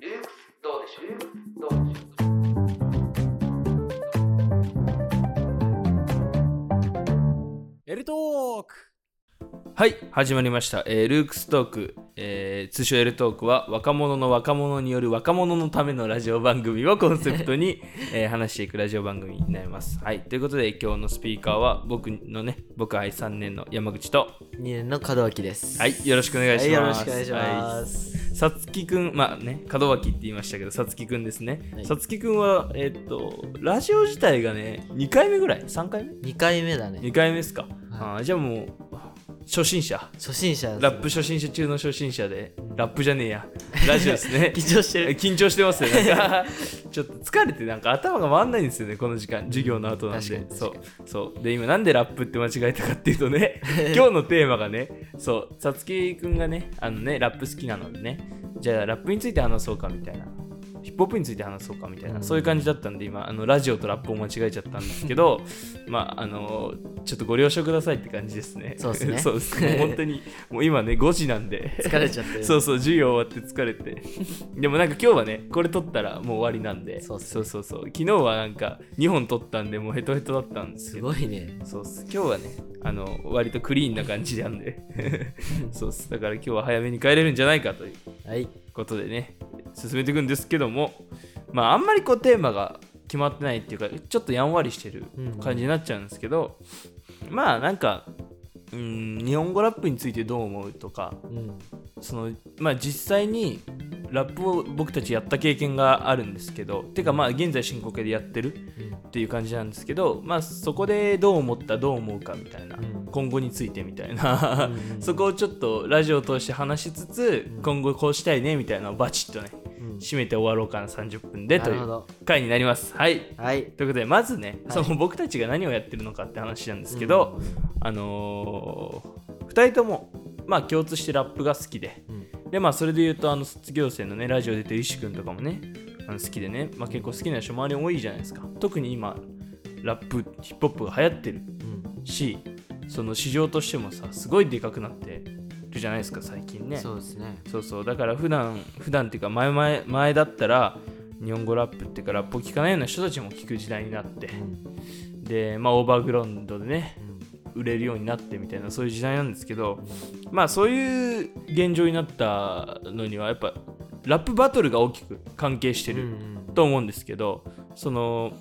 ルークスどうでしょうルークスどうでしょうエルトークはい始まりました、えールークストーク、えー通称エルトークは若者の若者による若者のためのラジオ番組をコンセプトに、 えー話していくラジオ番組になりますはいということで今日のスピーカーは僕のね僕愛3年の山口と2年の門脇です。はいよろしくお願いしますはいよろしくお願いします。さつきくんまあね門脇って言いましたけどさつきくんですねはいさつきくんはえーっとラジオ自体がね2回目ぐらい3回目2回目だね ?2。回目ですか、あーじゃあもう初心者初心者ですラップ初心者中の初心者で、ラップじゃねえや、ラジオです ね。緊張してる。緊張してますね。 なんかちょっと疲れて、なんか頭が回んないんですよね、この時間、授業の後なん確かでに。確かそう。そう。で、今、なんでラップって間違えたかっていう とね、今日のテーマがね、そう、さつきくんがね、あのね、ラップ好きなのでね、じゃあラップについて話そうかみたいな。ヒップホップについて話そうかみたいな、うんそういう感じだったんで今あのラジオとラップを間違えちゃったんですけどまああのちょっとご了承くださいって感じですねそうですね そうですねもう本当にもう今ね5時なんで疲れちゃってる。そうそう授業終わって疲 れてでもなんか今日はねこれ撮ったらもう終わりなんでそうっすねそうそうそう昨日はなんか2本撮ったんでもうヘトヘトだったんですすけどごいね。そうっす今日はねあの割とクリーンな感じなんで そうっすだから今日は早めに帰れるんじゃないかというはい。ことでね進めていくんですけどもまああんまりこうテーマが決まってないっていうかちょっとやんわりしてる感じになっちゃうんですけど、まあなんかうん日本語ラップについてどう思うとかうん。そのまあ実際にラップを僕たちやった経験があるんですけどてかまあ現在進行形でやってるっていう感じなんですけどまあそこでどう思ったどう思うかみたいな、うん今後についてみたいな、うん そこをちょっとラジオを通して話しつつ、うん今後こうしたいねみたいなのをバチッとねうん締めて終わろうかな30分でといなるほうど回になりますはいはい。ということでまずね、はいその僕たちが何をやってるのかって話なんですけど、あのー、2人ともまあ共通してラップが好きでうん。でまあそれで言うとあの卒業生のねラジオ出てる石くんとかもねあの好きでね、まあ、結構好きな人周りに多いじゃないですか特に今ラップヒップホップが流行ってるうんしその市場としてもさすごいでかくなってるじゃないですか最近ねそうですね。そうそうだから普段普段っていうか前前前だったら日本語ラップっていうかラップを聞かないような人たちも聞く時代になってうん。でまあオーバーグラウンドでねうん売れるようになってみたいなそういう時代なんですけどまあそういう現状になったのにはやっぱラップバトルが大きく関係してうんうるん。と思うんですけどその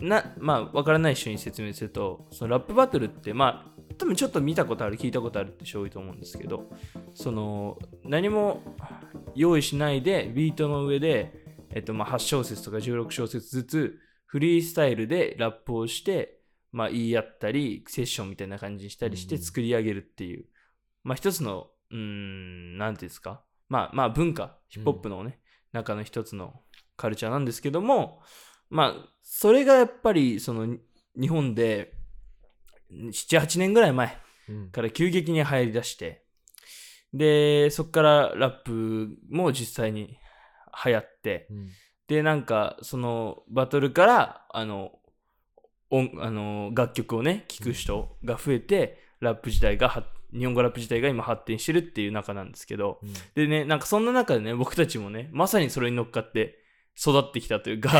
なまあ分からない人に説明するとそのラップバトルってまあ多分ちょっと見たことある聞いたことあるって人多いと思うんですけどその何も用意しないでビートの上で、えっと、まあ8小節とか16小節ずつフリースタイルでラップをして、まあ、言い合ったりセッションみたいな感じにしたりしてうん作り上げるっていう、まあ一つのうーん何ていうんですかまあまあ文化ヒップホップのね、中の一つのカルチャーなんですけどもまあそれがやっぱりその日本で78年ぐらい前うんから急激に流行りだしてでそこからラップも実際に流行ってうんでなんかそのバトルからあの音あの楽曲をね聴く人が増えてラップ自体がは日本語ラップ自体が今発展してるっていう中なんですけどうんでねなんかそんな中でね僕たちもねまさにそれに乗っかって育ってきたという か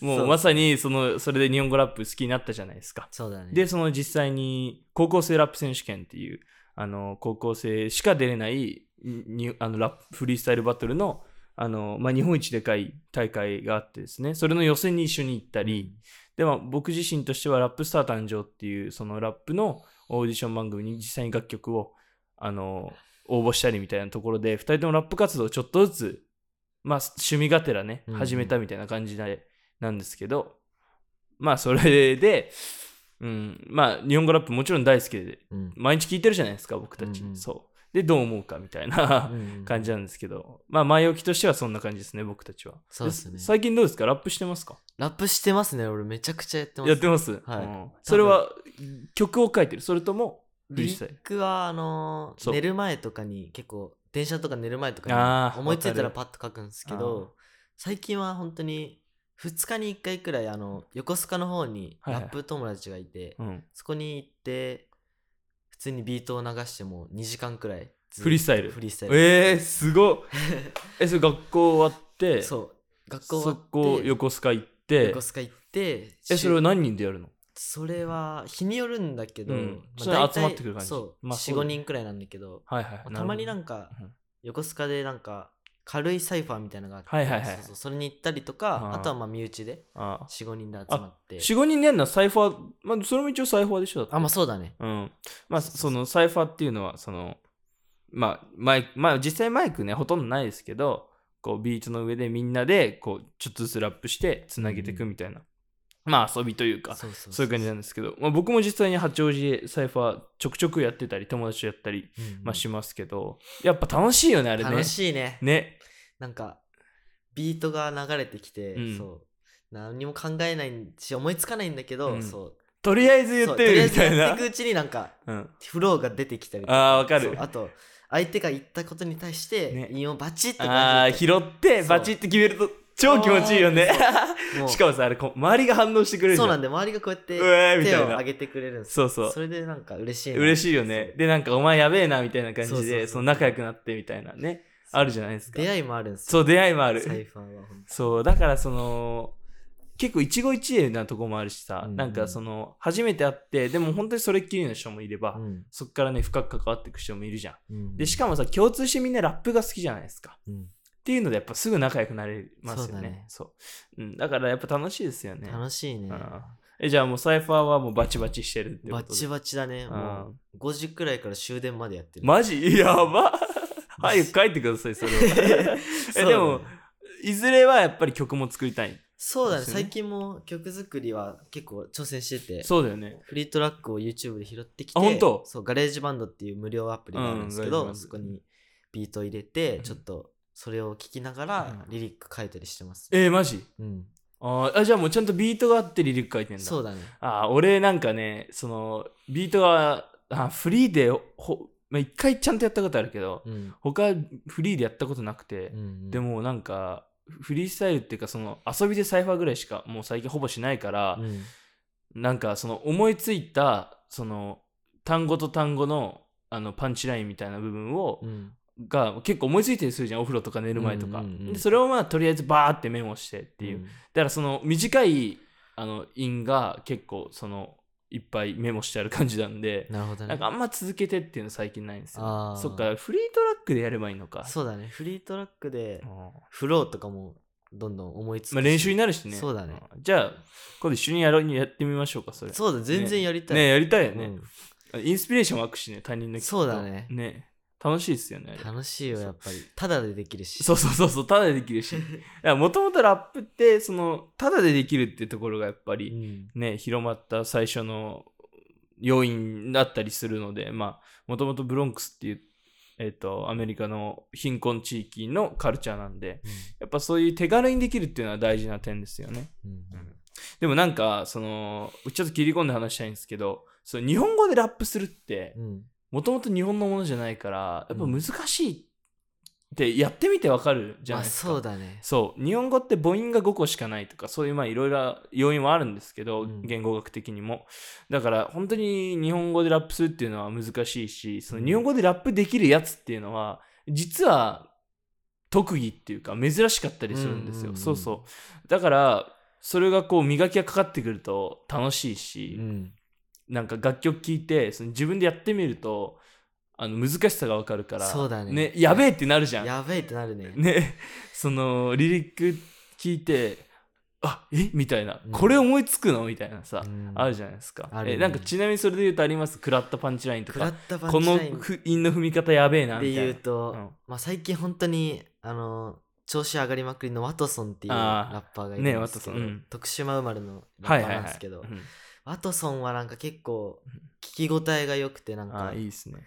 もうまそさにそのそれで日本語ラップ好きになったじゃないですか。そうだね。で、その実際に高校生ラップ選手権っていう、あの、高校生しか出れない、にあのラップ、フリースタイルバトルの、あの、まあ、日本一でかい大会があってですね、それの予選に一緒に行ったり、で、まあ、僕自身としてはラップスター誕生っていう、そのラップのオーディション番組に実際に楽曲を、あの、応募したりみたいなところで、2人ともラップ活動をちょっとずつ、まあ、趣味がてらねう、ん始めたみたいな感じで、なんですけど、まあ、それで、うん、まあ日本語ラップもちろん大好きでうん、毎日聞いてるじゃないですか僕たち、うんうんそうでどう思うかみたいな感じ。じなんですけど、まあ前置きとしてはそんな感じですね僕たちはそうですね最近どうですかラップしてますかラップしてますね。俺めちゃくちゃやってます。やってます、はいうんそれは曲を書いてるそれともフリーリスタイッルクはあのーそう寝る前とかに結構電車とか寝る前とあかーに思いついたらわかパッと書くんですけあーど最近は本当に2日に1回くらいあの横須賀の方にはいはラいップ友達がいて、うんそこに行って普通にビートを流しても2時間くらいフリースタイルフリースタイル。えー、すごっえそれ学校終わっ てそう。学校終わそってこ横須賀行って横須賀行って、えそれは何人でやるのそれは日によるんだけど、うんまあそれ大体集まってくる感じそう、まあそう45人くらいなんだけど、はいはい、まあたまになんかんかうん横須賀でなんか軽いサイファーみたいなのがあって、はいはいはいそうそうそれに行ったりとかあーあとはまあ身内であ45人で集まって45人でやるのはサイファー、まあ、それも一応サイファーでしょだってあまあそうだねうん。まあ、そのサイファーっていうのは、その、まあ、マイク、まあ、実際マイクね、ほとんどないですけど、こう、ビートの上でみんなで、こう、ちょっとずつラップして、つなげていくみたいな、まあ、遊びというか、そうそうそういう感じなんですけど、まあ、僕も実際に八王子でサイファーちょくちょくやってたり、友達とやったり、うんまあ、しますけど、やっぱ楽しいよね、あれね。楽しいねね。なんかビートが流れてきて、うんそう何も考えないし思いつかないんだけど、うんそうとりあえず言そうっとてりあるえみずたいやな。っていくうちになんかうん。フローが出てきたりとああ、わかそうる。あと相手が言ったことに対してね韻をバチッとああ、感じる拾って、バチって決めると、超気持ちいいよね。もう しかもさ、あれ、こう周りが反応してくれるじそゃうんなんで周りがこうやってうえーみた手いなを上げてくれるんですそうそうそれでなんか嬉しいな嬉しいよねでなんかお前やべえなみたいな感じでそそうそうそうの仲良くなってみたいなねあるじゃないですか出会いもあるんですそう出会いもああサイるファーは本そうだからその結構一期一会なとこもあるしさ、うんうんなんかその初めて会ってでも本当にそれっきりの人もいれば、当うんそっからね深く関わっていく人もいるじゃんうんでしかもさ共通してみんなラップが好きじゃないですかうんっていうのでやっぱすぐ仲良くなれますよねそううん、だからやっぱ楽しいですよね楽しいねうんえじゃあもうサイファーはもうバチバチしてるってこバとでチバチだねもう5時くらいから終電までやってるマジ や ば早く書いてくださいそれはそうえだねでもいずれはやっぱり曲も作りたいそうだねですよね最近も曲作りは結構挑戦しててそうだよねフリートラックを YouTube で拾ってきてあ本当そうガレージバンドっていう無料アプリがあるんですけうんど、ガレージそバこンドにビートを入れて、うんちょっとそれを聞きながらうんリリック書いたりしてます、えー、マジうん、あーあじゃあもうちゃんとビートがあってリリック書いてんだそうだねあー俺なんかねそのビートがあフリーでほ、まあ、一回ちゃんとやったことあるけどうん、他フリーでやったことなくて、うんで、もなんかフリースタイルっていうかその遊びでサイファーぐらいしかもう最近ほぼしないから、うんなんかその思いついたその単語と単語のあのパンチラインみたいな部分を、うんが結構思いついたりするじゃんお風呂とか寝る前とか、うんうんうんでそれをまあとりあえずバーってメモしてっていう、うんだからその短いあの音が結構そのいっぱいメモしてある感じなんで、なるほどねなんかあんま続けてっていうの最近ないんですよあーそっかフリートラックでやればいいのかそうだねフリートラックでうんまフローとかもどんどん思いつくしあ、練習になるしねそうだねんじゃあ今度一緒にやろうやってみましょうかそれそうだ全然やりたい、ねやりたいよね、うんインスピレーション湧くしね、他人の聞くとそうだねね。楽しいですよね。あれ楽しいよやっぱりただでできるしそうそうそうそう、ただででき るし。もともとラップって、その、ただでできるってところがやっぱうり、んね、広まった最初の要因だったりするので、まあ、もともとブロンクスっていう、えっ、と、アメリカの貧困地域のカルチャーなんで、やっぱそういう手軽にできるっていうのは大事な点ですよね。うんでもなんか、その、ちょっと切り込んで話したいんですけど、その日本語でラップするって、うんもともと日本のものじゃないからやっぱ難しいってやってみてわかるじゃまあないですか、そうだねそう日本語って母音が5個しかないとかそういうまあいろいろ要因はあるんですけど、うん言語学的にもだから本当に日本語でラップするっていうのは難しいしその日本語でラップできるやつっていうのは実は特技っていうか珍しかったりするんでうんすよ、うんうんそうそうだからそれがこう磨きがかかってくると楽しいし、うんなんか楽曲聴いてその自分でやってみるとあの難しさがわかるからそうだねやべえってなるじゃん。やべえってなるねねそのリリック聴いてあえみたいな、うんこれ思いつくのみたいなさ、うんあるじゃないですか。あるねえなんかちなみにそれで言うとあります食らったパンチラインと食らかったパこンチのラインふ韻の踏み方やべえなでみたい言なう。と、うんまあ、最近本当にあの調子上がりまくりのワトソンっていうあーラッパーがいるんですけど、ねワトソンうん徳島生まれのラはいッパーはいはないんですけど、うんワトソンはなんか結構聞き応えが良くてなんかあーいいですね。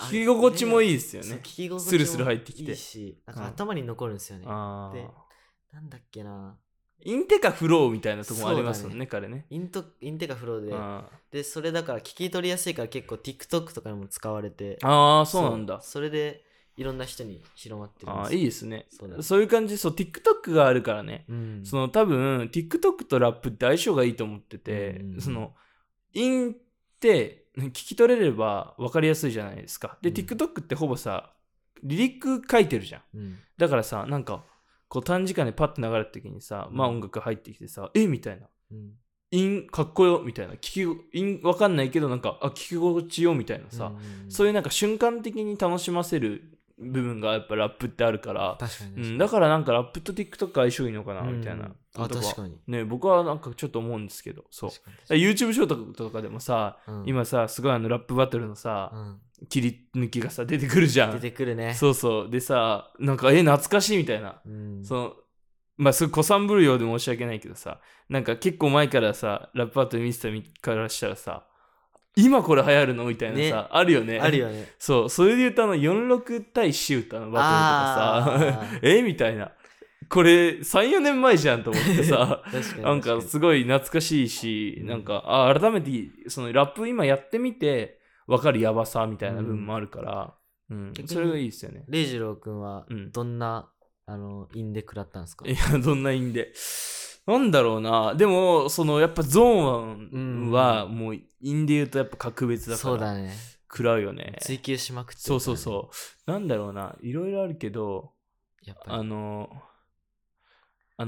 あ聞き心地もいいですよそうね聞。き心地もスルスル入ってきていいしなんかうん頭に残るんですよね、あーでなんだっけなインテかフローみたいなとこもありますもんね彼ね。イントインテカフローであーでそれだから聞き取りやすいから結構 TikTok とかにも使われてあーそうなんだそ。れでいろんな人に広まってるんあですーいいですねそうだそねういう感じそう TikTok があるからね、うんその多分 TikTok とラップって相性がいいと思ってて、うんうんうんそのインって聞き取れれば分かりやすいじゃないですか。で、うん TikTok ってほぼさ、リリック書いてるじゃん。うんだからさ、なんか、こう短時間でパッと流れた時にさ、まあ音楽入ってきてさ、えみたいな。うんンかっこよみたいな。聞き、韻わかんないけど、なんか、あ、聞き心地よみたいなさ、うんそういうなんか瞬間的に楽しませる部分がやっぱラップってあるから、確かに確うかにん、だからなんかラップと TikTok 相性いいのかなみたいな。うんあとは確かにね、僕はなんかちょっと思うんですけど、そう。確かに確かに YouTube ショートとかでもさ、うん今さ、すごいあのラップバトルのさ、うん切り抜きがさ、出てくるじゃ出ん。てくるねそうそう。でさ、なんか、え、懐かしいみたいな。うんその、まあ、すごい古参ぶるようで申し訳ないけどさ、なんか結構前からさ、ラップバトル見てた身からしたらさ、今これ流行るのみたいなさ、ねあるよね。あるよね そう、それで言うとあの、46対シウタのバトルとかさ、あー えみたいな。これ、3、4年前じゃんと思ってさ、確かになんか確にすごい懐かしいし、うんなんか、あ改めていいそのラップ今やってみて分かるやばさみたいな部分もあるから、うん逆にそれがいいですよね。礼二郎君はうんどんな、あの因で食らったんですかいや、どんな意味で。なんだろうな、でも、そのやっぱゾーンは、もう、インで言うとやっぱ格別だかそうら、だね食らうよね。追求しまくってるそうそううそう。なんだろうな、いろいろあるけど、やっぱありの、あ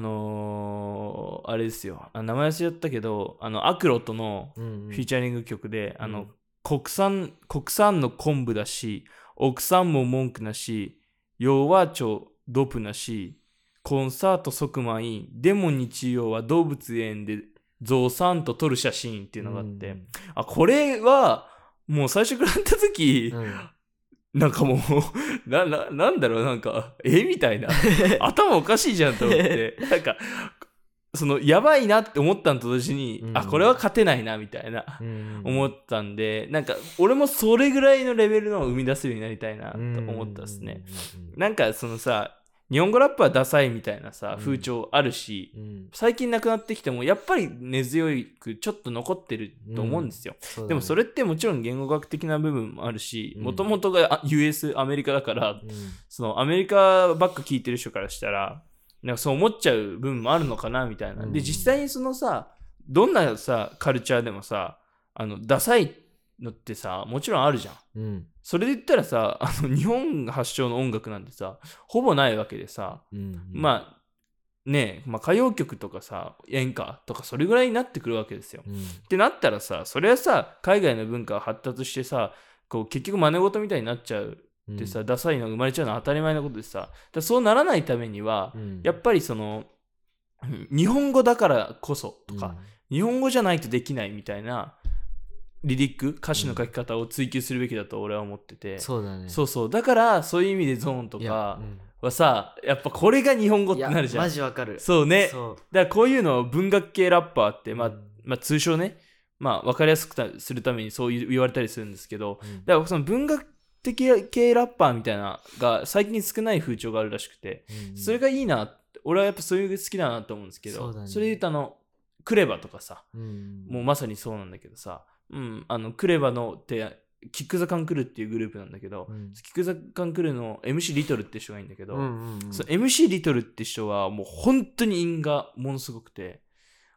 のーあれですよ、あ名前忘れちゃったけど、あの、アクロットの、うんうんフィーチャリング曲で、あうのん国産国産の昆布だし奥さんも文句なし弱町ドプなしコンサート即満員でも日曜は動物園でゾウさんと撮る写真っていうのがあって、うんあこれはもう最初からやった時、 うんなんかもう なななんだろうなんかえみ たいな頭おかしいじゃんと思ってなんかそのやばいなって思ったのと同時に、うんあこれは勝てないなみたいな、うん思ったんで、なんか俺もそれぐらいのレベルのを生み出せるようになりたいなと思ったですね。なんかそのさ日本語ラップはダサいみたいなさうん風潮あるし、うんうんうんうん最近なくなってきてもやっぱり根強くちょっと残ってると思うんですよ、そうだねでもそれってもちろん言語学的な部分もあるしうんもともとがあ US アメリカだからうんそのアメリカばっか聞いてる人からしたらなんかそう思っちゃう部分もあるのかなみたいな。うんで実際にそのさどんなさカルチャーでもさあのダサいのってさもちろんあるじゃん。うんそれで言ったらさあの日本発祥の音楽なんてさほぼないわけでさ、うんまあねえ、まあ、歌謡曲とかさ演歌とかそれぐらいになってくるわけですよ。うんってなったらさそれはさ海外の文化が発達してさこう結局真似事みたいになっちゃううんってさ、ダサいのが生まれちゃうのは当たり前のことでさだからそうならないためには、うんやっぱりそのうん日本語だからこそとか、日本語じゃないとできないみたいなリリック歌詞の書き方を追求するべきだと俺は思ってて、うんそうだねそうそうだからそういう意味でゾーンといやかうんはさやっぱこれが日本語いってやなるじゃマんジわかるそうねそだからこういうのを文学系ラッパーって、うまあまあ、通称ね、まあ、分かりやすくたするためにそういう言われたりするんですけどうんだからその文学的系ラッパーみたいなのが最近少ない風潮があるらしくてうんそれがいいなって俺はやっぱそういう好きだなと思うんですけどそうだねれで言うとあのクレバとかさうんもうまさにそうなんだけどさ、うん、あのクレバのってキック・ザ・カンクルっていうグループなんだけど、うんキック・ザ・カンクルの MC リトルって人がいいんだけど、うんうんうんそう MC リトルって人はもう本当に韻がものすごくて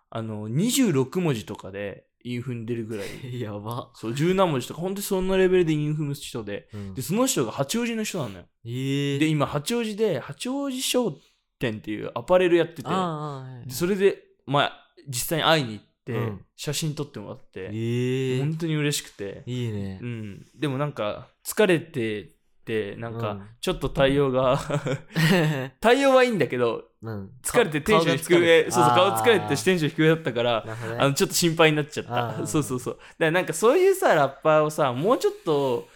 あの26文字とかで韻踏んでるぐらい やばそう17文字とか本当にそんなレベルで韻踏む人でうんでその人が八王子の人なのよええで今八王子で八王子商店っていうアパレルやっててああああでそれでまあ実際に会いに行って、うん写真撮ってもらって、ええ本当に嬉しくて、いいねうん、でもなんか疲れててなんうかんちょっと対応が 対応はいいんだけど うん疲れてテンション低顔が疲れめてそうそう顔疲れあてーテンション低めだったからなるほどねあのちょっと心配になっちゃっあたーそうそうそうだからなんかそういうさラッパーをさもうちょっと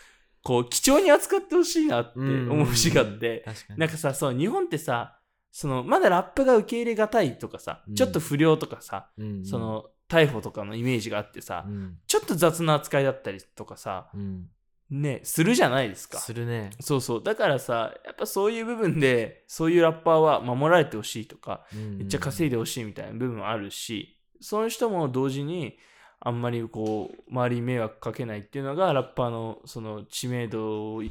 こう貴重に扱ってほしいなって思う節があって確かになんかさそう日本ってさそのまだラップが受け入れがたいとかさうんちょっと不良とかさうんうんその逮捕とかのイメージがあってさうんちょっと雑な扱いだったりとかさうんねするじゃないですかするねそうそうだからさやっぱそういう部分でそういうラッパーは守られてほしいとかめめっちゃ稼いでほしいみたいな部分あるし、そういう人も同時にあんまりこう周りに迷惑かけないっていうのがラッパーのその知名度を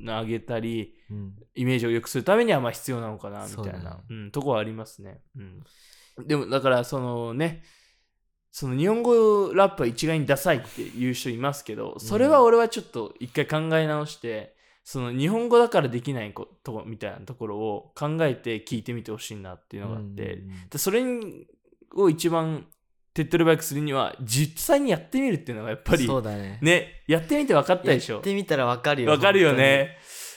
上げたりうんイメージを良くするためにはまあ必要なのかなみたそういだなねう、ん、とこはありますね、うん、でもだからそのねその日本語ラップは一概にダサいっていう人いますけどそれは俺はちょっと一回考え直して、その日本語だからできないことみたいなところを考えて聞いてみてほしいなっていうのがあって、でそれを一番手っ取り早くするには実際にやってみるっていうのがやっぱりそうだねねやってみて分かったでしやょってみたらわかるよわかるよね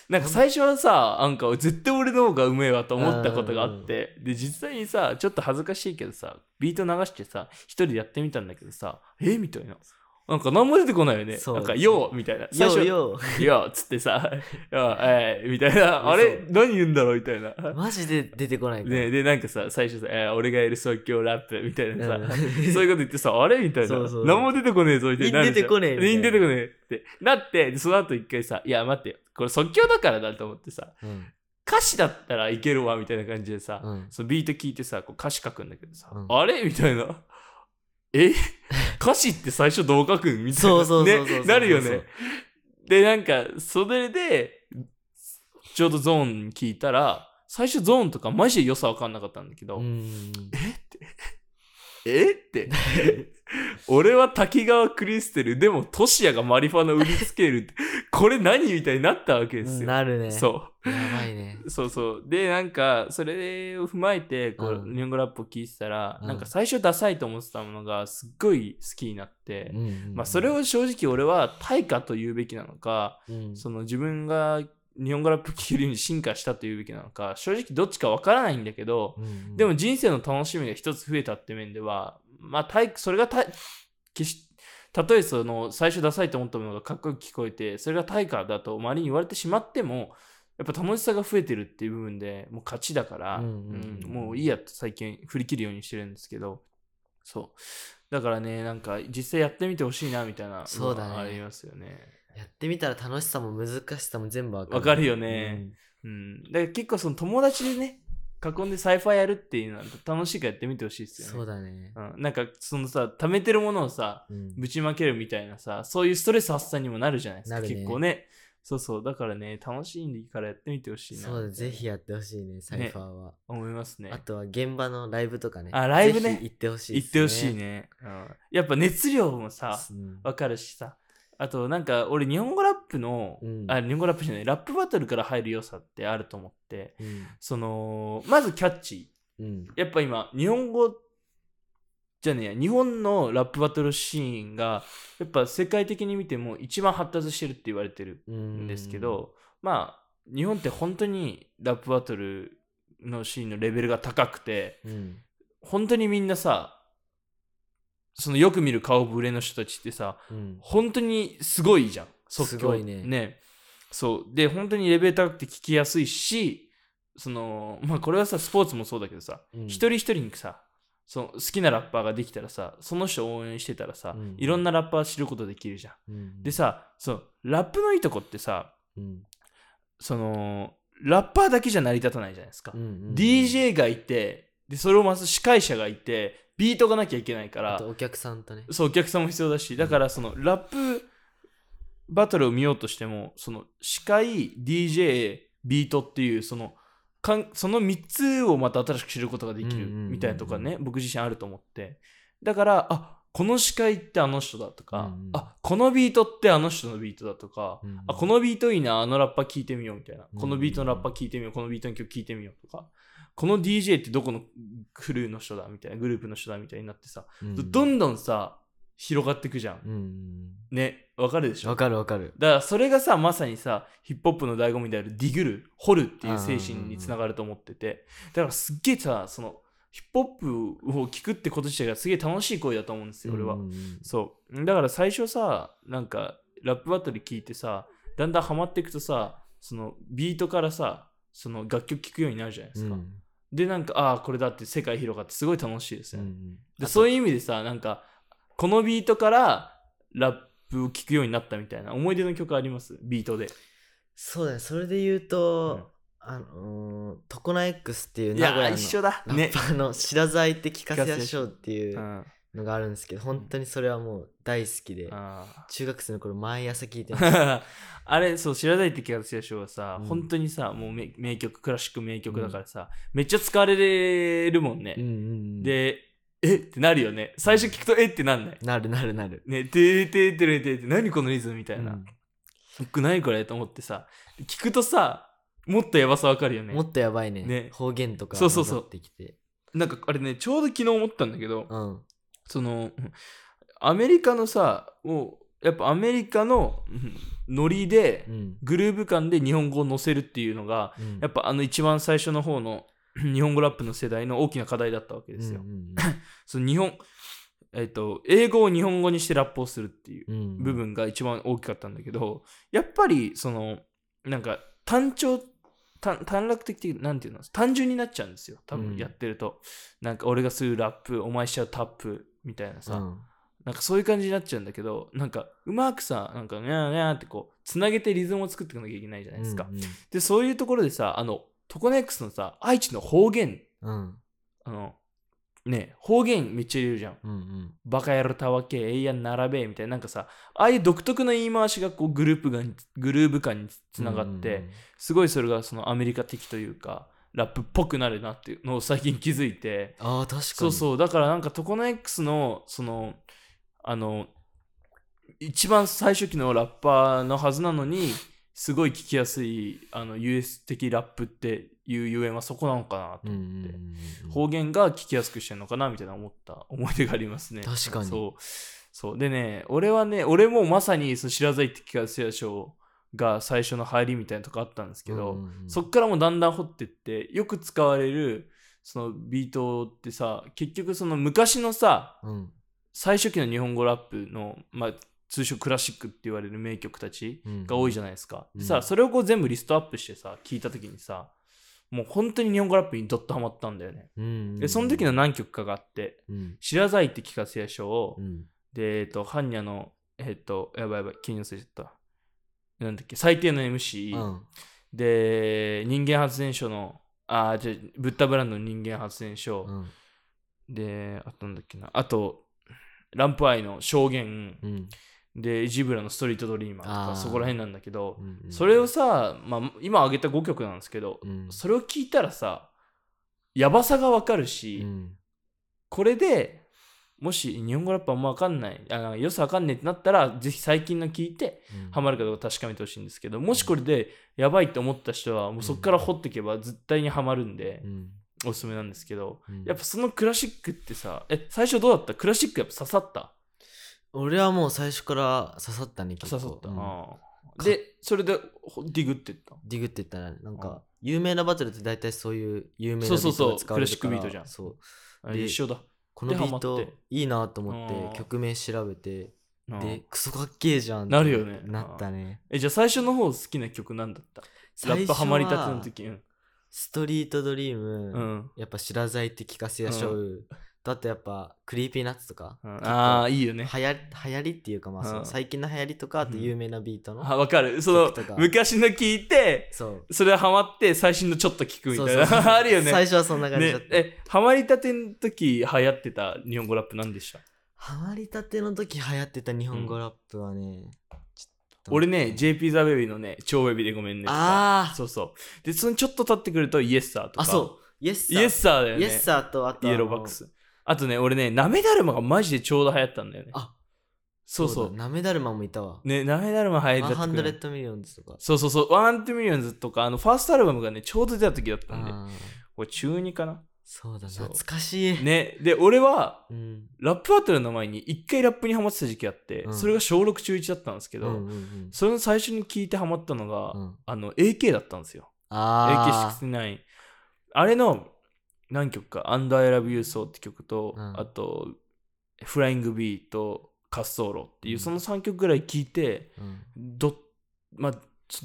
なんか最初はさなんか絶対俺の方がうめえわと思ったことがあってで実際にさちょっと恥ずかしいけどさビート流してさ一人でやってみたんだけどさえみたいななんか何も出てこないよねそうなんか「よう」みたいな本当に「よようよう」ようっつってさ「ようえーみたいなあれ何言うんだろうみたいなう マジで出てこないからねでなんかさ最初さ、えー俺がやる即興ラップ」みたいな さ、うん そういうこと言ってさ、あれみたいな。そうそう何も出てこねえぞ、みたいになるじゃん。出てこねえみたいな出てこねえって。なって、でその後一回さ、いや、待ってよ、これ即興だからだと思ってさ、うん歌詞だったらいけるわ、みたいな感じでさ、うんそのビート聞いてさ、こう歌詞書くんだけどさ、うんあれみたいな。え歌詞って最初どう書くんみたいな。そうそうそうそうそうねそうなるよね。で、なんか、それで、ちょうどゾーン聞いたら、最初ゾーンとかマジで良さ分かんなかったんだけど、うんえって。俺は滝川クリステル、でもトシヤがマリファナ売りつけるって、これ何みたいになったわけですよ。なるねそやばいねう。そうそう。で、なんか、それを踏まえて、こう、うん日本語ラップを聞いてたら、うんなんか最初ダサいと思ってたものが、すっごい好きになって、うんまあ、それを正直俺は対価と言うべきなのか、うんその自分が日本語ラップ聴けるように進化したと言うべきなのか、正直どっちかわからないんだけど、うんでも人生の楽しみが一つ増えたって面では、まあ、体それがた決したとえその最初ダサいと思ったものがかっこよく聞こえてそれが対価だと周りに言われてしまってもやっぱ楽しさが増えてるっていう部分でもう勝ちだから、うんうんうんもういいやと最近振り切るようにしてるんですけどそうだからねなんか実際やってみてほしいなみたいなそうだねのはありますよね。やってみたら楽しさも難しさも全部わかるわかるよねうん、だから結構その友達でね囲んでサイファーやるっていうのは楽しいからやってみてほしいですうんよね。そうだねうん、なんかそのさ溜めてるものをさうんぶちまけるみたいなさそういうストレス発散にもなるじゃないですか、なるね結構ねそうそうだからね楽しいからやってみてほしいなそうだぜひやってほしいねサイファーは思いますねあとは現場のライブとかねあライブねぜひ行ってほしい行ってほしいね、うん、やっぱ熱量もさうんわかるしさあとなんか俺日本語ラップの、うんあ日本語ラップじゃないラップバトルから入る良さってあると思ってうんそのまずキャッチうんやっぱ今日本語じゃねえや日本のラップバトルシーンがやっぱ世界的に見ても一番発達してるって言われてるうんんですけど、まあ日本って本当にラップバトルのシーンのレベルが高くてうん本当にみんなさそのよく見る顔ぶれの人たちってさうん本当にすごいじゃん即す興ごいねそうで本当にレベル高くて聞きやすいしそのまあこれはさスポーツもそうだけどさうん一人一人にさその好きなラッパーができたらさその人を応援してたらさ、うんいろんなラッパー知ることできるじゃん。うんでさそうラップのいいとこってさうんそのラッパーだけじゃ成り立たないじゃないですか。うんうん DJ がいてでそれをまず司会者がいてビートがなきゃいけないかあらとお客さんとねそうお客さんも必要だしだからそのラップバトルを見ようとしてもその司会 DJ ビートっていうそのかんその3つをまた新しく知ることができるうんうんうんうんみたいなとかね僕自身あると思ってだからあこの司会ってあの人だとか、うんうんあこのビートってあの人のビートだとか、うんあこのビートいいなあのラッパー聴いてみようみたいな、うんこのビートのラッパー聴いてみようこのビートの曲聴いてみようとかこの DJ ってどこのクルーの人だみたいなグループの人だみたいになってさうんどんどんさ広がっていくじゃんうんうんねわかるでしょわかるわかるだからそれがさまさにさヒップホップの醍醐味であるディグル掘るっていう精神につながると思っててだからすっげえさそのヒップホップを聞くってこと自体がすげえ楽しい行為だと思うんですよ俺は、うんうんそうだから最初さなんかラップバトル聞いてさだんだんハマっていくとさそのビートからさその楽曲聴くようになるじゃないですか、うんでなんかああこれだって世界広がってすごい楽しいですうよね、んでそういう意味でさなんかこのビートからラップを聴くようになったみたいな思い出の曲ありますビートでそうだねそれで言ううんとあのートコナ X っていうい名古や屋の一緒だねね、、あの白沢行って聞かせやしょうっていううんあのがあるんですけど本当にそれはもう大好きであ中学生の頃毎朝聞いて ましたあれそう知らないって気がするでしょうさ、うん本当にさもう名名曲クラシック名曲だからさ、めっちゃ使われるもんね、うんうんうんでえってなるよね。最初聞くと、えってなんない。なるなるなる。ね、てーてーてーてーてー、何このリズムみたいな。うんよくないこれと思ってさ、聞くとさ、もっとやばさわかるよねも。っとやばいね。ね方言とかそうそうそう混ざってきて。なんかあれね、ちょうど昨日思ったんだけど、うん。その、うんアメリカのさ、もう、やっぱアメリカのうんノリでう、ん。グルーヴ感で日本語を載せるっていうのが、うんやっぱあの一番最初の方の日本語ラップの世代の大きな課題だったわけですよ。うんうんその日本、えっと、英語を日本語にしてラップをするっていううん部分が一番大きかったんだけど、やっぱりその、なんか単調、単短絡的ってなんていうの単純になっちゃうんですよ。多う分んやってると。なんか俺がするラップ、お前しちゃうタップみたいなさ、うんなんかそういう感じになっちゃうんだけど、なんかうまくさ、なんかにゃーにゃーってこう、つなげてリズムを作っていかなきゃいけないじゃないですか。うんで、そういうところでさ、あの、トコネックスのさ、愛知の方言、うんあの、ね、方言めっちゃ入れるじゃん。うんうんバカやるたわけ、えいやん並べ、みたいな、なんかさ、ああいう独特の言い回しがこうグループがに、グルーヴ感につながって、すごいそれがそのアメリカ的というか、ラップっぽくなるなっていうのを最近気づいて、ああ確かにそうそう、だからなんかトコナ X の、その、あの、一番最初期のラッパーのはずなのに、すごい聞きやすい、あの、US 的ラップっていうゆえんはそこなのかうなと。んうんうんうん方言が聞きやすくしてるのかなみたいな思った 思い出がありますね。確かにそう。そう。でね、俺はね、俺もまさに、その知らざいって聞かせやしょうが最初の入りみたいなとこあったんですけど、うんうんうんそっからもうだんだん掘ってってよく使われるそのビートってさ結局その昔のさうん最初期の日本語ラップの、まあ、通称クラシックって言われる名曲たちうんが多いじゃないですか、うんでさそれをこう全部リストアップしてさ聞いた時にさもう本当に日本語ラップにどっとハマったんだよね、うんうんでその時の何曲かがあってうん「知らざいって聞かせやしょう」うんでえっとハンニャのえっとやばいやばい気に忘れちゃったなんだっけ最低の MC、うんで、人間発電所の、あー、じゃあブッダブランドの人間発電所、うんで、あとなんだっけな、あと、ランプアイの証言、うんで、イジブラのストリートドリーマーとあーか、そこら辺なんだけどう、んうんそれをさ、まあ、今挙げた5曲なんですけど、うんそれを聞いたらさ、やばさがわかるし、うんこれでもし日本語ラップあんまわかんない、あなんか良さわかんねえってなったら、ぜひ最近の聞いて、うんハマるかどうか確かめてほしいんですけどもしこれでやばいと思った人はもうそこから掘っていけば絶対にハマるんでうんおすすめなんですけどうんやっぱそのクラシックってさえ最初どうだったクラシックやっぱ刺さった俺はもう最初から刺さったね結構刺さった、うんああでそれでほディグってったディグって言ったらなんうんか有名なバトルって大体そういう有名なビそうそうーそうトが使われるからクラシックビートじゃんそうあで一緒だこのビーでハマトっていいなと思っうんて曲名調べてああでクソかっけえじゃんってなるよねなったねえじゃあ最初の方好きな曲なんだったラップハマりたての時うんストリートドリーうムん、やっぱ知らざいって聞かせやしょうだってやっぱクリーピーナッツとかうんああいいよ流ね行流行りっていうかまあそうのん最近の流行りとかあと有名なビートのあわかるその曲とか昔の聞いてそうそれハマって最新のちょっと聞くみたそいうそうそうな あるよね最初はそんな感じねだっ、たえ、ハマりたての時流行ってた日本語ラップ何でしたハマりたての時流行ってた日本語ラップはねちょっと俺ね、JP ザ・ベビーのね、超ベビーでごめんねとか。ああそうそう。で、そのちょっと経ってくると、イエスサーとか。あそうイエスイエスサーだよイね。エスサーとあとイあのエローバックス。あとね、俺ね、ナメダルマがマジでちょうど流行ったんだよね。あそうそう。だナメダルマンもいたわね、ナメダルマ流行った時、 100ミリオンズとかそうそうそう。ワンテミリオンズとか、あの、ファーストアルバムがね、ちょうど出た時だったんで。あーこれ中2かな。そうだそう懐かしい、ね、で、俺は、うんラップバトルの前に一回ラップにハマってた時期あって、うんそれが小6中1だったんですけうど、んうんうんそれの最初に聞いてハマったのが、うんあの AK だったんですよ。あ AK69。あれの何曲か、And I Love You So って曲と、うんあと、フライングビーと滑走路っていう、うんその3曲ぐらい聞いて、ーうんドッ,、まあ、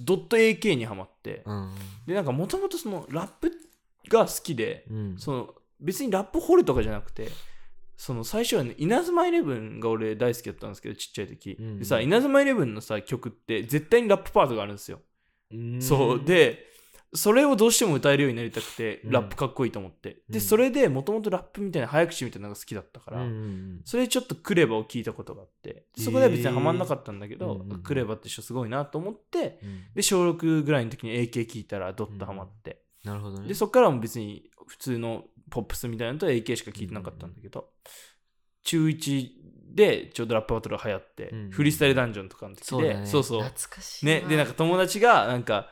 ドット AK にハマって、うんで、なんかもともとそのラップが好きで、うんその別にラップ掘るとかじゃなくてその最初はね稲妻イレブンが俺大好きだったんですけどちっちゃい時、うんでさ稲妻イレブンのさ曲って絶対にラップパートがあるんですよ、うんそうでそれをどうしても歌えるようになりたくて、うんラップかっこいいと思ってうんでそれでもともとラップみたいな早口みたいなのが好きだったかうんら、うんそれちょっとクレバを聞いたことがあってそこでは別にハマんなかったんだけえーど、うんうんうんクレバって人すごいなと思ってうんうんで小6ぐらいの時に AK 聞いたらドッとハマって、なるほどねでそっからも別に普通のポップスみたいなのと AK しか聞いてなかったんだけど、中1でちょうどラップバトルが流行って、うんフリースタイルダンジョンとかの時でそうだね。そうそう懐かしい。ね、でなんか、友達がなんか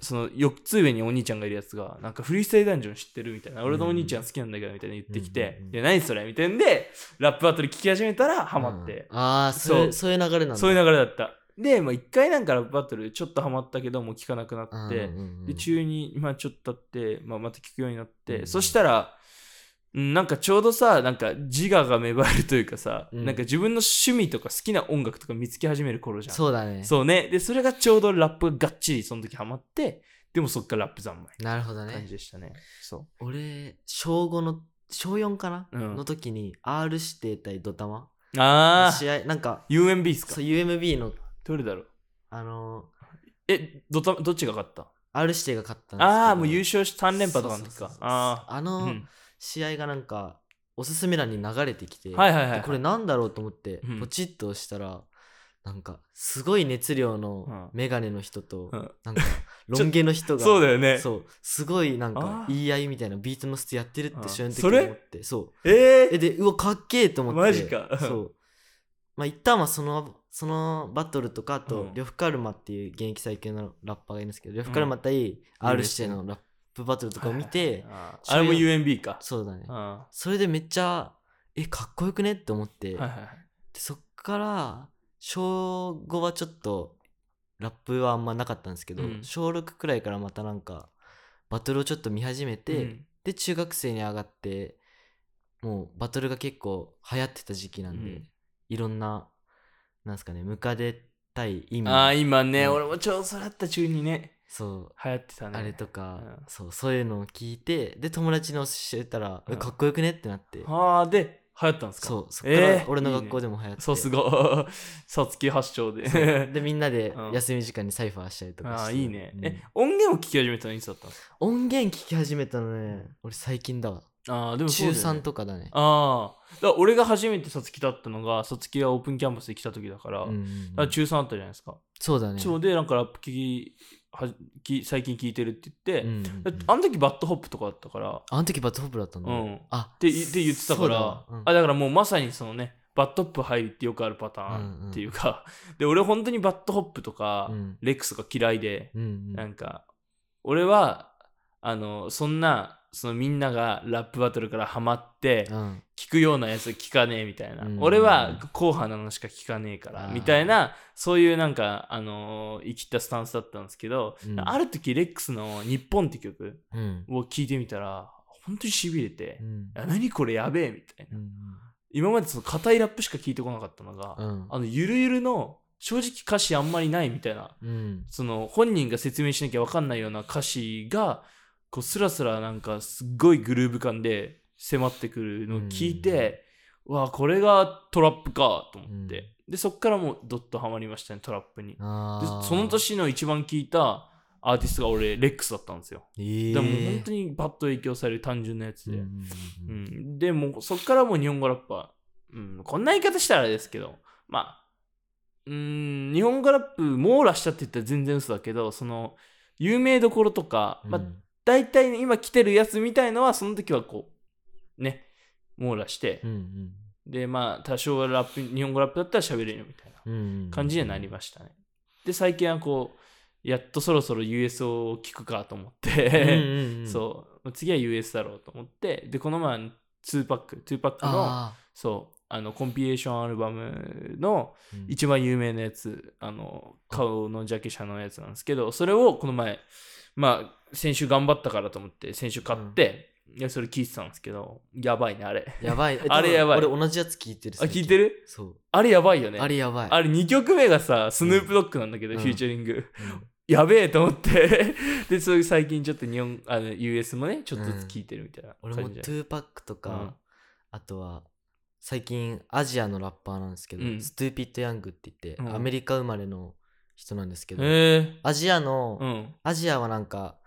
その4つ上にお兄ちゃんがいるやつがなんかフリースタイルダンジョン知ってるみたいな俺のお兄ちゃん好きなんだけどみたいな言ってきて、うんうんで何それみたいなんでラップバトル聞き始めたらハマって、うんああ、そういう、そういう流れなんだ。そういう流れだったで、まあ、1回なんかラップバトルちょっとハマったけどもう聞かなくなって、うんうんうんで中に、まあ、ちょっと経って、まあ、また聞くようになって、うんそしたらうんなんかちょうどさなんか自我が芽生えるというかさ、うんなんか自分の趣味とか好きな音楽とか見つけ始める頃じゃんそうだね。そうね。で、それがちょうどラップがっちりその時ハマって、でもそっからラップ三昧っなるほどて感ねじ。でしたね。そ俺、小5の、小4かな、うんの時に R 指定対ドタマう。ああ、試合、なんか、 UMB ですかそう UMB の、どれだろうあのえ、どたどっちが勝ったー、R 指定が勝ったんですけどああー、もう優勝し3連覇とかの時そうそうかそう。そうあああ。うのん試合がなんか、おすすめ欄に流れてきて、はいはいはいはいでこれなんだろうと思ってうん、ポチッと押したら、なんか、すごい熱量うんのメガネの人と、うんなん か、ロン毛の人が、そうだよね。そう、すごいなんあかー、言い合いみたいなビートの質やってるっあーて瞬間的そにれ思って、そう。ええ、で、うわ、かっけえと思って。マジかそう。まあ、一旦はその、そのバトルとか、あと、うん呂布カルマっていう現役最強のラッパーがいるんですけど、呂布カルマ対 R 指定のラップバトルとー、かを見て、あーあれも UMB か。そうだね。あそれでめっちゃ、え、かっこよくねって思って、ーはいはいはい。でそっから、小5はちょっと、ラップはあんまなかったんですけど、うん小6くらいからまたなんか、バトルをちょっと見始めて、うんで中学生に上がってもうバトルが結構流行ってた時期なんで、うんいろんななんすかねムカデ対意味ああ、今ね、うん俺もちょうどそれあった中にね、そう流行ってたね。あれとか、うんそうそういうのを聞いてで友達の教えたら、うんえかっこよくねってなってああ、で、流行ったんですかそうそっから俺の学校ででも流行って、そうすごい。 さつき発祥で。そうでみんなでうん休み時間にサイファーしたりとかして ああ、いいね。うんえ、音源を聞き始めたのいつだったんですか音源聞き始めたのね俺最近だわああ、でも中3と。とかだねああ。だから俺が初めてさつきだったのが、さつきがオープンキャンパスで来た時だから、うんうんうんだから中3だったじゃないですか。そうだねそうで、なんかラップ聞きはき、最近聞いてるって言って、うんうんだうっんてあの時バッドホップとかだったから、っあの時バットホップだったんだ。うんあて言って言ってたかそら、うだわうんあだからもうまさにそのね、バッドホップ入るってよくあるパターンっていうか、 で、俺本当にバッドホップとか、うんレックスが嫌いで、うんうんなんか俺はあのそんなそのみんながラップバトルからハマってうん聞くようなやつ聞かねえみたいな、うん俺は硬派なのしか聞かねえからあーみたいなそういうなんかあの生きったスタンスだったんですけど、うんある時レックスの「日本」って曲うんを聞いてみたら本当にしびれてう、んあ何これやべえみたいな、今までその硬いラップしか聞いてこなかったのが、うんあのゆるゆるの正直歌詞あんまりないみたいなうんその本人が説明しなきゃ分かんないような歌詞がこうスラスラなんかすっごいグルーヴ感で迫ってくるのを聞いて、うわあこれがトラップかと思って、でそっからもうドッとハマりましたねトラップにであーその年の一番聞いたアーティストが俺レックスだったんですよ、えーでもう本当にバッと影響される単純なやつで、うんうんううんん、でもうそっからもう日本語ラッパー、うん、こんな言い方したらあれですけどまあうん日本語ラップ網羅したって言ったら全然嘘だけどその有名どころとか、まあ、大体今来てるやつみたいのはその時はこうね網羅してう、んでまあ多少はラップ日本語ラップだったら喋れるよみたいなうんうん感じにはなりましたね、で最近はこうやっとそろそろ USO を聞くかと思って、うんうん そう次は US だろうと思ってでこの前2パック2パックのあそうあのコンピレーションアルバムのーうん一番有名なやつあの顔のジャケ写のやつなんですけどそれをこの前まあ先週頑張ったからと思って先週買って、いやそれ聞いてたんですけどやばいね あれやばいえあれやばい多分俺同じやつ聞いてるあ最近聞いてるそあれやばいようねあれやばいあれ2曲目がさスヌープドッグなんだけど、うんフューチャリング、うんやべえと思って でそういう最近ちょっと日本あの US もねちょっとずつ聞いてるみたいな俺感じもで、 2パックとうんかあとは最近アジアのラッパーなんですけどうんストゥーピッドヤングって言ってうんアメリカ生まれの人なんですけどへえアジアのうん。アジアはなんか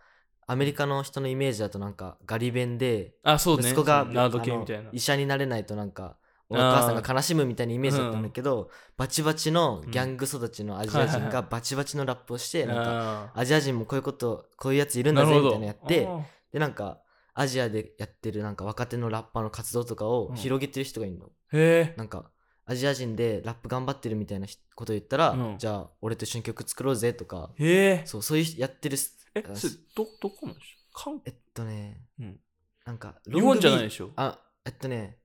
アメリカの人のイメージだとなんかガリ弁であ、そうね。息子がそのナード系みたいあなの。医者になれないとなんかお母さんが悲しむみたいなイメージだったんだけど、バチバチのギャング育ちのアジアうんは人いはがバチバチのラップをしてなんかあアジア人もこういうことこういうやついーるんなだるぜほみたいどなのやってあでなんかアジアでやってるなんか若手のラッパーの活動とかうをん広げてる人がいるの、へえなんかアジア人でラップ頑張ってるみたいなひこと言ったら、うんじゃあ俺と一緒に曲作ろうぜとかへえそうそういうやってるすえあそれしどどこなんでしょ韓えっとね、うんなんか日本じゃないロングビーでしょあえっとね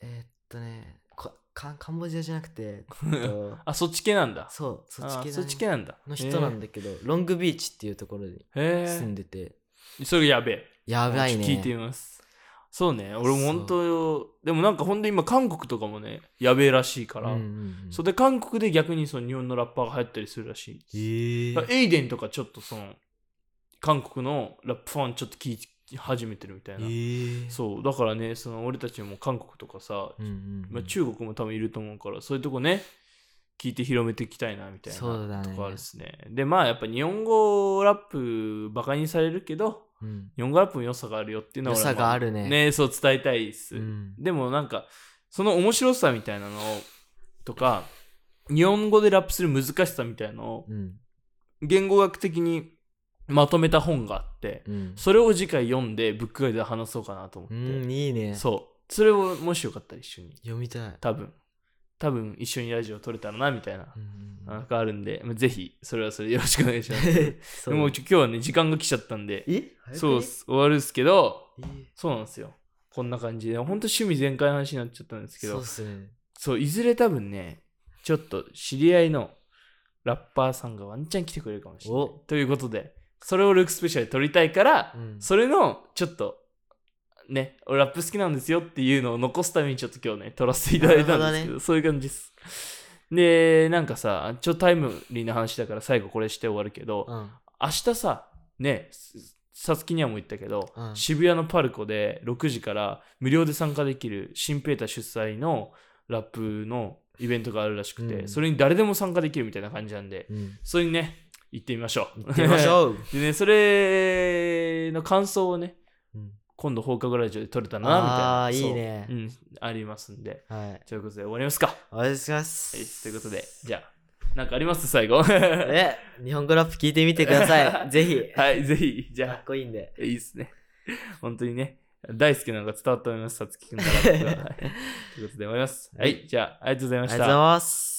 えっとねこカンカンボジアじゃなくて、えっ とあそっち系なんだそうそっあーそっちち系系だねなんだの人なんだけど、ロングビーチっていうところにへ住んえでて、それやべえやばいねちょっと聞いてみますそうね俺も本当よでもなんかほんで今韓国とかもねやべえらしいから、うんうんうんそれで韓国で逆にその日本のラッパーが流行ったりするらしいえーだからエイデンとかちょっとその韓国のラップファンちょっと聞き始めてるみたいな、ーそうだからねその俺たちも韓国とかさ、うんうんうんまあ、中国も多分いると思うからそういうとこね聞いて広めていきたいなみたいなそうだねとこあるっすねでまあやっぱ日本語ラップバカにされるけどうん日本語ラップの良さがあるよっていうのは良俺さはがあるねねそう伝えたいっす、うんでもなんかその面白さみたいなのをとか日本語でラップする難しさみたいなのをうん言語学的にまとめた本があってうんそれを次回読んでブックガイドで話そうかなと思っうて、んいいねそうそれをもしよかったら一緒に読みたい多分多分一緒にラジオ撮れたらなみたいなうんうんうんなんかあるんでまあぜひそれはそれでよろしくお願いします そでもうちょ今日はね時間が来ちゃったんでえそうっっす終わるっすけどえーそうなんですよこんな感じで本当趣味全開の話になっちゃったんですけそうどっすねそういずれ多分ねちょっと知り合いのラッパーさんがワンチャン来てくれるかもしれないおということでそれをルークスペシャルで撮りたいから、うんそれのちょっとね俺ラップ好きなんですよっていうのを残すためにちょっと今日ね撮らせていただいたんですなるけほどどそういう感じですでなんかさちょっとタイムリーな話だから最後これして終わるけど、うん明日さねすさつきにはも言ったけど、うん渋谷のパルコで6時から無料で参加できる新ペータ主催のラップのイベントがあるらしくて、うんそれに誰でも参加できるみたいな感じなんで、うんそれにね行ってみましょう行ってみましょうでねそれの感想をねうん今度放課後ラジオで撮れたらなあみーたいないいねうん、ありますんではいということで終わりますか、おは願いしますい、ということでじゃあ何かあります最 後え日本語ラップ聞いてみてくださ いぜひはいぜひじゃかあっこいいんでいいっすね。本当にね、大好きなの が伝わったと思います、さつきくんから。はいということで終わります。はい、じゃあ、ありがとうございあまりがしとうございた。ます